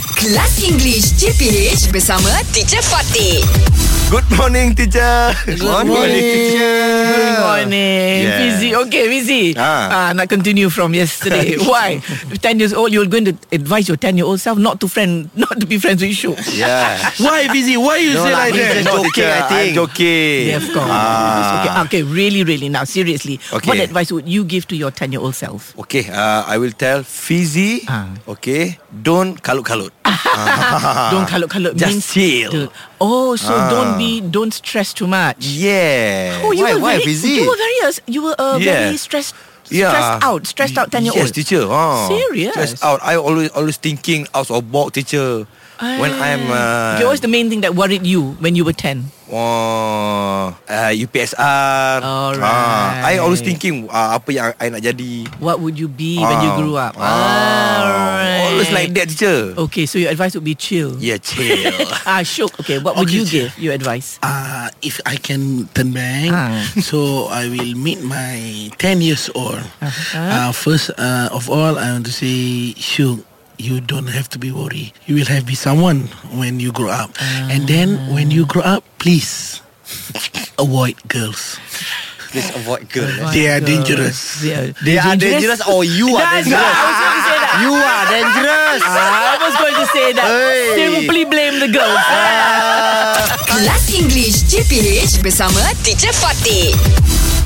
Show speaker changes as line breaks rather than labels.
Kelas English CPH bersama Teacher Fatih.
Good morning, teacher. Good
Good morning.
Yeah.
Fizi. Okay, Fizi.
Ah.
Ah. not continue from yesterday. Why? 10 years old, you're going to advise your 10 year old self not to friend, not to be friends with you.
Yeah.
Why busy? Why you say
lah,
like
he's
that?
just joking, I think. I'm joking.
Yeah, of course.
Ah.
Okay, okay, really, really. Now, seriously,
Okay.
what advice would you give to your 10 year old self?
Okay, uh, I will tell Fizi,
Ah.
okay, don't kalut-kalut.
don't kalut-kalut
Ah. Just
means
chill. Ah.
the- Oh, so don't be, don't stress too much.
Yeah.
Oh, you
Why-
were
why
very,
busy?
You were very, uh, you were uh,
Yeah.
very stressed,
Yeah.
stressed out, stressed out 10 year
Yes,
old.
teacher. Oh.
Serious?
Stressed out. I always always thinking out of box, teacher. When I'm uh,
Okay, what was the main thing that worried you when you were 10?
Oh, uh, UPSR.
Alright.
Ah, I always thinking uh, apa yang I nak jadi.
What would you be when you
Ah.
grew up? Ah.
Ah. Always like that, teacher.
Okay, so your advice would be chill.
Yeah, chill.
Ah, shook. Okay, what would
Okay,
you
chill.
give your advice?
Uh, if I can turn back,
Ah.
so I will meet my 10 years old. Uh, first uh, of all, I want to say, Shuk, you don't have to be worried. You will have be someone when you grow up. And then when you grow up, please avoid girls.
Please avoid girl.
They are
Girls.
dangerous.
They are,
They are dangerous or you are
That's
dangerous.
right, I was going to say that.
You are dangerous.
I was going to say that.
Hey.
Simply blame the girls.
Ah.
Kelas English CPH bersama Teacher Fatih.